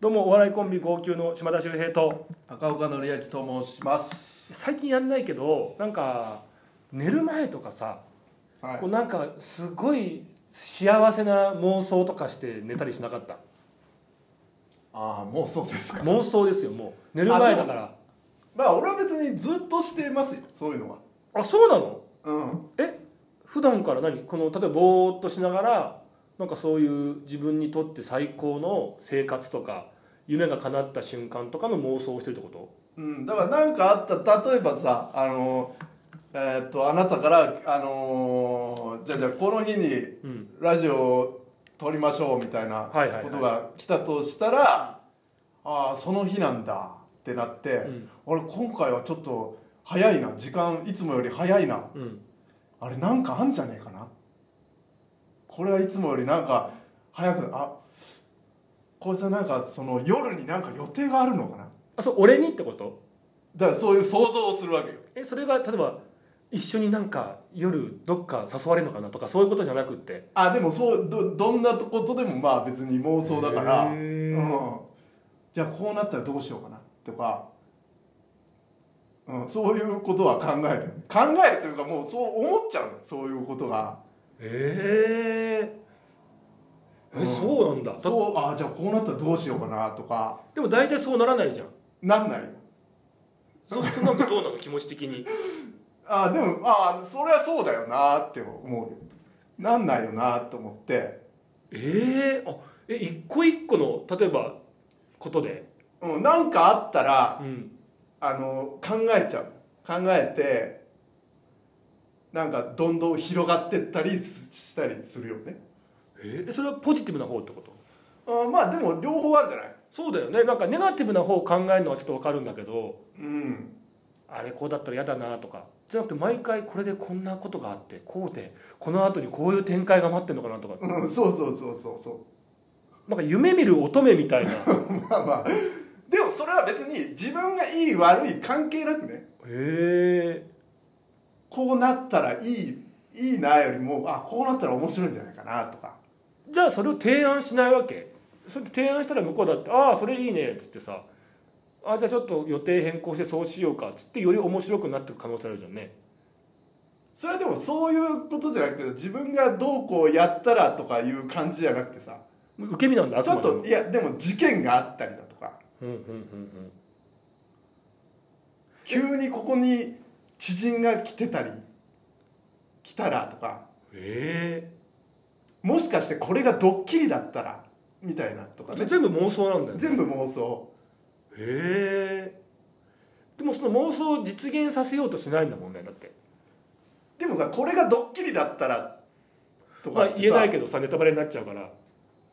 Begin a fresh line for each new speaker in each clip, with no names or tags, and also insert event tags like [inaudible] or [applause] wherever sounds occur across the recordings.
どうもお笑いコンビ号泣の島田秀平と
赤岡典明と申します。
最近やんないけどなんか寝る前とかさ、
はい
こうなんかすごい幸せな妄想とかして寝たりしなかった
ああ、もうそうですか。
妄想ですよもう寝る前だから
[laughs] まあ、俺は別にずっとしてますよ。そういうのは。
あそうなの
うん。
え普段から何この例えばぼーっとしながらなんかそういう自分にとって最高の生活とか夢が叶った瞬間とかの妄想をしてるってこと
うん、だから、なんかあった、例えばさ、あのー。えーっと、あなたから、あのーじゃあ、じゃあ、この日に
うん
ラジオを撮りましょうみたいな
はいはいはい
ことが来たとしたら。ああ、その日なんだってなって、
うん
俺、今回はちょっと早いな、時間いつもより早いな。
うん
あれなんかあんじゃねえかなこれはいつもよりなんか早くあこいつはなんかその夜になんか予定があるのかな
あそう俺にってこと
だからそういう想像をするわけよ
えそれが例えば一緒になんか夜どっか誘われるのかなとかそういうことじゃなくって
あでもそうどどんなことでもまあ別に妄想だから、
へ
う
ー
ん、じゃあこうなったらどうしようかなとか、うん、そういうことは考える考えるというかもうそう思っちゃうのそういうことが
ええ
うん
そうなんだだ
そうあじゃあこうなったらどうしようかなとか
でも大体そうならないじゃん
なんないよ
そうするとなんかどうなの気持ち的に
あでもあそれはそうだよなって思うよなんないよなと思って、
ええあえ一個一個の例えばことで
うん、なんかあったら
うん
あの考えちゃう考えてなんかどんどん広がってったりすしたりするよね
えーそれはポジティブな方ってこと
あまあでも両方あるんじゃない
そうだよねなんかネガティブな方を考えるのはちょっとわかるんだけど
うん
あれこうだったら嫌だなとかじゃなくて毎回これでこんなことがあってこうでこの後にこういう展開が待ってるのかなとか
うんそうそうそうそうそ
なんか夢見る乙女み
[laughs]
たいなへ
うまあまあでもそれは別に自分がいい悪い関係なくね
え
こうなったらいいいいなよりもあこうなったら面白いんじゃないかなとか
じゃあそれを提案しないわけそれって提案したら向こうだって「ああそれいいね」っつってさ「ああじゃあちょっと予定変更してそうしようか」っつってより面白くなっていく可能性あるじゃんね
それでもそういうことじゃなくて自分がどうこうやったらとかいう感じじゃなくてさ
受け身なんだあく
ちょ
ま
っ
で
といやでも事件があったりだとか
うんうんうんうん
急にここに知人が来てたり来たらとか
え
もしかしてこれがドッキリだったらみたいなと
え
かね
全部妄想なんだよね
全部妄想
へえでもその妄想を実現させようとしないんだもんねだって
でもさこれがドッキリだったらと
ま
か
あ
ってさ
言えないけどさネタバレになっちゃうから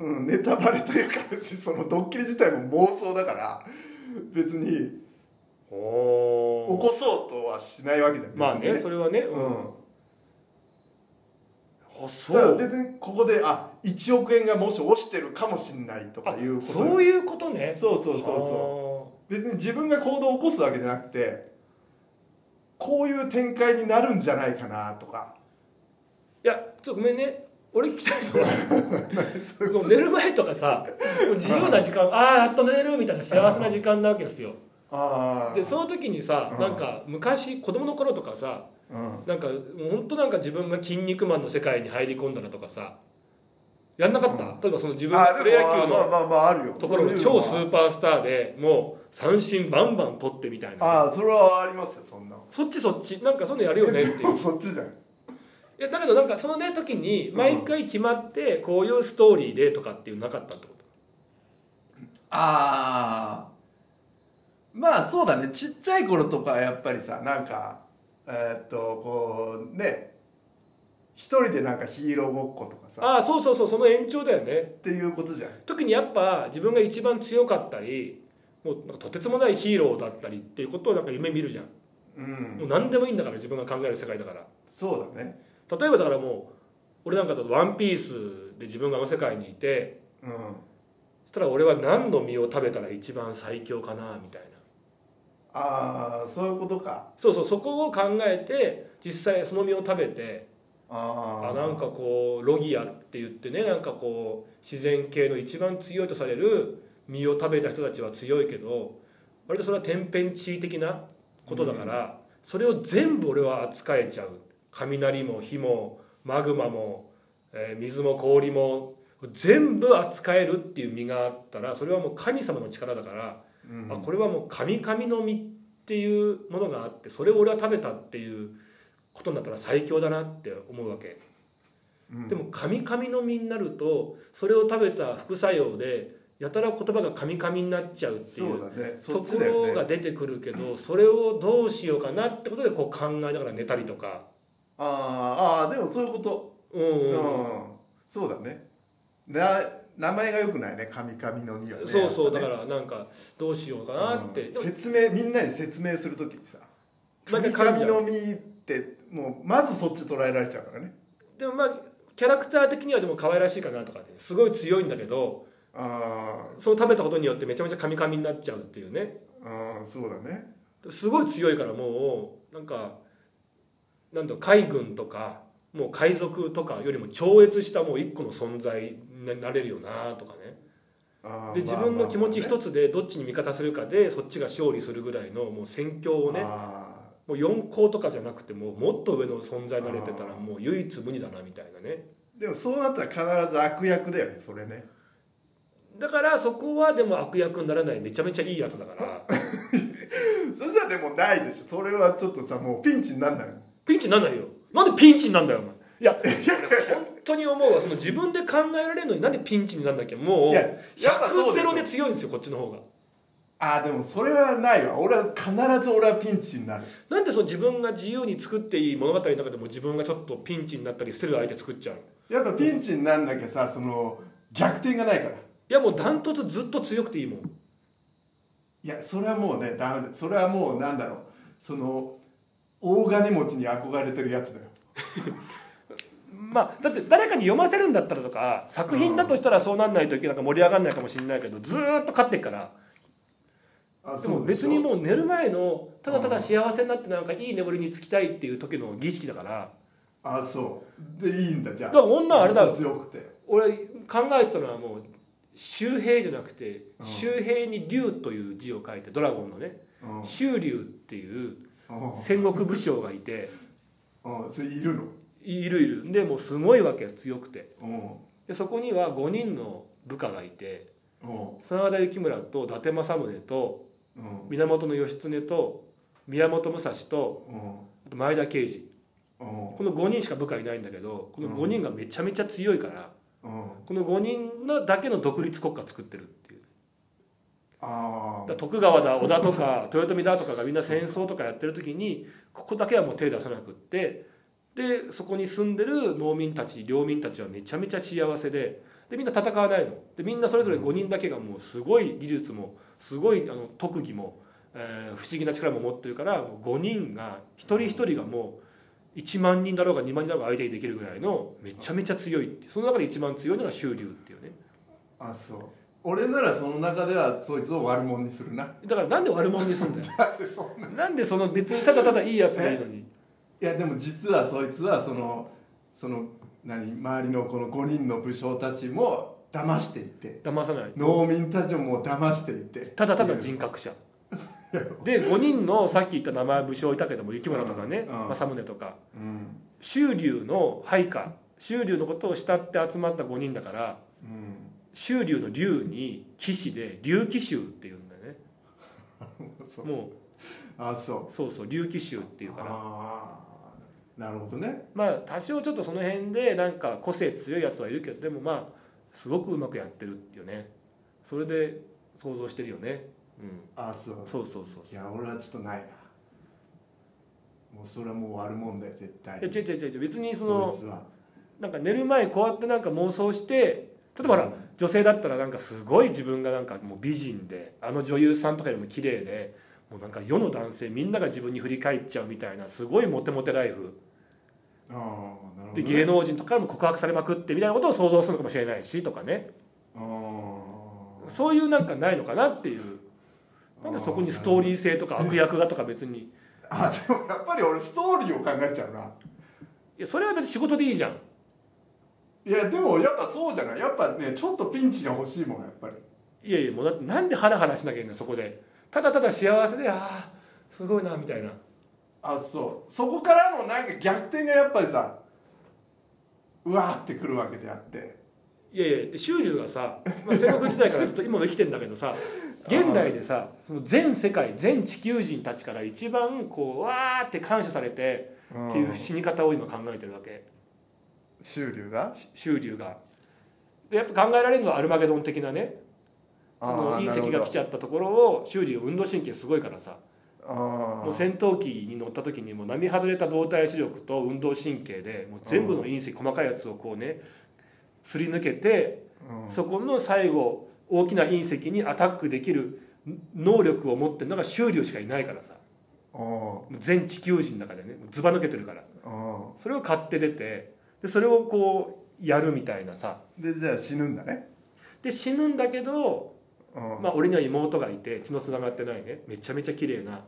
うん、ネタバレというか別にそのドッキリ自体も妄想だから別に
お
起
お
こそうとはしないわけじゃん
まあ
別に
ねそれはねうん
うん
あ
だから
そう
別にここであ1億円がもし落ちてるかもしれないとかいうこと
そういうことね
そうそうそうそう別に自分が行動を起こすわけじゃなくてこういう展開になるんじゃないかなとか
ういやちょっとごめんね俺聞きたいのは
そう [laughs] いう
その寝る前とかさもう自由な時間ああやっと寝れるみたいな幸せな時間なわけですよ
ああ
でその時にさ
うん
なんか昔子供の頃とかさ
うん
なんかもう本当なんか自分が「筋肉マン」の世界に入り込んだらとかさやんなかった、例えばその自分が
あ
プ
で
ロ
も
野球
まあ
の
まあまああるよ
ところ
そう
の
いうの
超
は
スーパースターでもう三振バンバン取ってみたいな
ああそれはありますよそんなの
そっちそっちなんかそういうのやるよねっていう
[laughs] そっちじゃん
いやだけどなんかそのね時に毎回決まってこういうストーリーでとかっていうのなかったってこと
ああまあそうだねちっちゃい頃とかやっぱりさなんかえーっとこうね一人でなんかヒーローごっことかさ
ああそうそうそうその延長だよね
っていうことじゃん
特にやっぱ自分が一番強かったりもうなんかとてつもないヒーローだったりっていうことをなんか夢見るじゃん、
うん
もう何でもいいんだから自分が考える世界だから
そうだね
例えばだからもう俺なんかだと「ワンピースで自分があの世界にいて
うん
そしたら俺は何の実を食べたら一番最強かなみたいな
ああそういうことか
そうそうそこを考えて実際その実を食べて
あー
あなんかこうロギアって言ってねなんかこう自然系の一番強いとされる身を食べた人たちは強いけど割とそれは天変地異的なことだから、それを全部俺は扱えちゃう雷も火もマグマも、えー水も氷も全部扱えるっていう身があったらそれはもう神様の力だから、
うん
あこれはもう神々の実っていうものがあってそれを俺は食べたっていうことになったら最強だなって思うわけ。
うん
でも「神々の実」になるとそれを食べた副作用でやたら言葉が「神々」になっちゃうって
そ
いう
うだねそ
と
っ
こ
ちだよ
ろ
ね
が出てくるけどそれをどうしようかなってことでこう考えながら寝たりとか
あーあーでもそういうこと
うん
うん、
うん
そうだねな名前がよくないね「神々の実」はね
そうそうだ
やっぱね
からなんかどうしようかなって
うん
でも
説明みんなに説明するときにさ「
なんか
神
絡
々
みじゃん
の実」ってもうまずそっち捉えられちゃうからね
でもまあキャラクター的にはでも可愛らしいかなとかってすごい強いんだけど
あ
その食べたことによってめちゃめちゃ神々になっちゃうっていうね
ーあーそうだね
すごい強いからもうなんかなんだろう海軍とかもう海賊とかよりも超越したもう一個の存在になれるよなとかね
あー
で自分の気持ち
まあまあまあね
一つでどっちに味方するかでそっちが勝利するぐらいのもう戦況をね
あ
もう4校とかじゃなくてもうもっと上の存在になれてたらもう唯一無二だなみたいなね
ーでもそうなったら必ず悪役だよねそれね [laughs]
だからそこはでも悪役にならないめちゃめちゃいいやつだから
そしたらでもないでしょそれはちょっとさもうピンチになんないもん
ピンチになんないよなんでピンチになんだよお前いや本当に思うわその自分で考えられるのになんでピンチになんだっけもう
いややっぱそう
100
で
ゼ
しょ
ロで強いんですよこっちの方が
ああでもそれはないわ俺は必ず俺はピンチになる
なんでその自分が自由に作っていい物語の中でも自分がちょっとピンチになったり捨てる相手作っちゃう
やっぱピンチになんなきゃさその逆転がないから
いやもうダントツずっと強くていいもん
いやそれはもうねダメだそれはもうなんだろうその大金持ちに憧れてるやつだよ
まあだって誰かに読ませるんだったらとか作品だとしたらそうなんないといけないなんか盛り上がんないかもしれないけどずーっと勝ってっから
あ
でも
そうでし
別
ょ
にもう寝る前のただただ幸せになってなんかいい眠りにつきたいっていう時の儀式だから
あそうでいいんだじゃあ
だから女はあれだよ
ずっと強くて
俺考えてたのはもう周平じゃなくて周平に竜という字を書いてドラゴンのね
うん
周竜っていう
うん
戦国武将がいて
うんそれいるの
いるいるでもうすごいわけ強くて
うん
でそこには5人の部下がいて
うん
真田幸村と伊達政宗と
うん
源義経と宮本武蔵と
うん
あと前田慶次
うん
この5人しか部下いないんだけどこの5人がめちゃめちゃ強いから
うん
この5人のだけの独立国家作ってるっていう。だ
あ
から徳川だ織田とか豊臣だとかがみんな戦争とかやってる時にここだけはもう手出さなくってでそこに住んでる農民たち領民たちはめちゃめちゃ幸せででみんな戦わないのでみんなそれぞれ5人だけがもうすごい技術もすごいあの特技も、えー不思議な力も持ってるからもう5人が一人一人がもう1万人だろうが2万人だろうが相手にできるぐらいのめちゃめちゃ強いっていうその中で一番強いのが周流っていうね
ああそう俺ならその中ではそいつを悪者にするな [laughs]
だからなんで悪者にすんだよ
だってそん
なんでその別にただただいいやつでいいのに
いやでも実はそいつはそのその何周りのこの5人の武将たちも騙していて
騙さない
農民たちももう騙していて
ただただ
い
人格者で5人のさっき言った名前武将いたけども雪村とかね
うんうん
政宗とか
ううん
周流の配下周流のことを慕って集まった5人だから
うん
周流の竜に騎士で竜騎衆っていうんだよね
[laughs] そう
も
あそ
う
う
そうそう竜騎衆っていうから
ああなるほどね
まあ多少ちょっとその辺でなんか個性強いやつはいるけどでもまあすごくうまくやってるっていうねそれで想像してるよねうん
あそう
そうそうそう
いや俺はちょっとないなもうそれはもう悪者だよ絶対
いや違う違う違う別にそ
そ
の
いつは
なんか寝る前こうやってなんか妄想して例えばほら、
うん
女性だったらなんかすごい自分がなんかもう美人であの女優さんとかよりも綺麗でもうなんか世の男性みんなが自分に振り返っちゃうみたいなすごいモテモテライフ
ああなるほど、
で
ね、
芸能人とかからも告白されまくってみたいなことを想像するのかもしれないしとかね
ああ
そういうなんかないのかなっていうなんでそこにストーリー性とか悪役がとか別に
あでもやっぱり俺ストーリーを考えちゃうない
やそれは別に仕事でいいじゃん
いやでもやっぱそうじゃないやっぱねちょっとピンチが欲しいもんやっぱり
いやいやもうだってなんでハラハラしなきゃいけないそこでただただ幸せでああすごいなみたいな
あそうそこからのなんか逆転がやっぱりさうわーってくるわけであって
いやいやで周流がさ、まあ、戦国時代からずっと今も生きてんだけど
[laughs]
さ現代でさその全世界全地球人たちから一番こうわーって感謝されてっていう死に方を今考えてるわけ
周流が
し周流が。でやっぱ考えられるのはアルマゲドン的なねその
あー
隕石が来ちゃったところを周流運動神経すごいからさ
なるほ
も
ど
う戦闘機に乗った時にもう並外れた動体視力と運動神経でもう全部の隕石細かいやつをこうねすり抜けて
あー、うん、
そこの最後大きな隕石にアタックできる能力を持ってるのが周流しかいないからさ
うん
もう全地球人の中でねもうずば抜けてるから
う
それを買って出てでそれをこうやるみたいなさ
んでじゃあ死ぬんだね
で死ぬんだけど、
うんうん
まあ、俺には妹がいて血のつながってないねめちゃめちゃ綺麗な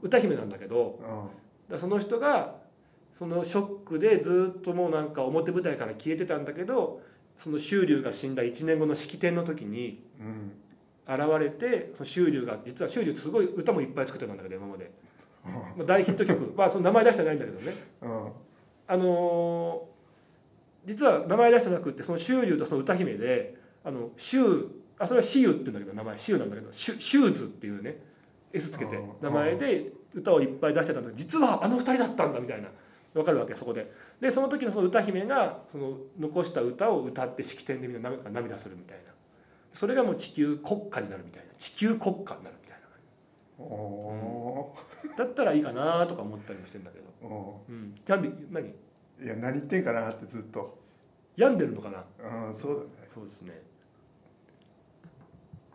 歌姫なんだけど
うん
だその人がそのショックでずっともうなんか表舞台から消えてたんだけどその周流が死んだ1年後の式典の時に
うん
現れてその周流が実は周流すごい歌もいっぱい作ってたんだけど今まで、まあ、大ヒット曲まあその名前出してないんだけどね
うん
あのー実は名前出してなくってその周流とその歌姫であの周あそれはシユって言うんだけど名前シユなんだけどシュシューズっていうね S つけて
うん
名前で歌をいっぱい出してたんだけど実はあの二人だったんだみたいなわかるわけそこででその時のその歌姫がその残した歌を歌って式典でみんななんか涙するみたいなそれがもう地球国家になるみたいな地球国家になるみたい
お
なだったらいいかなとか思ったりもしてんだけど
ーお
うん病んで何
ーいや何言ってんかなってずっと
病んでるのかな
うんそう
そうですね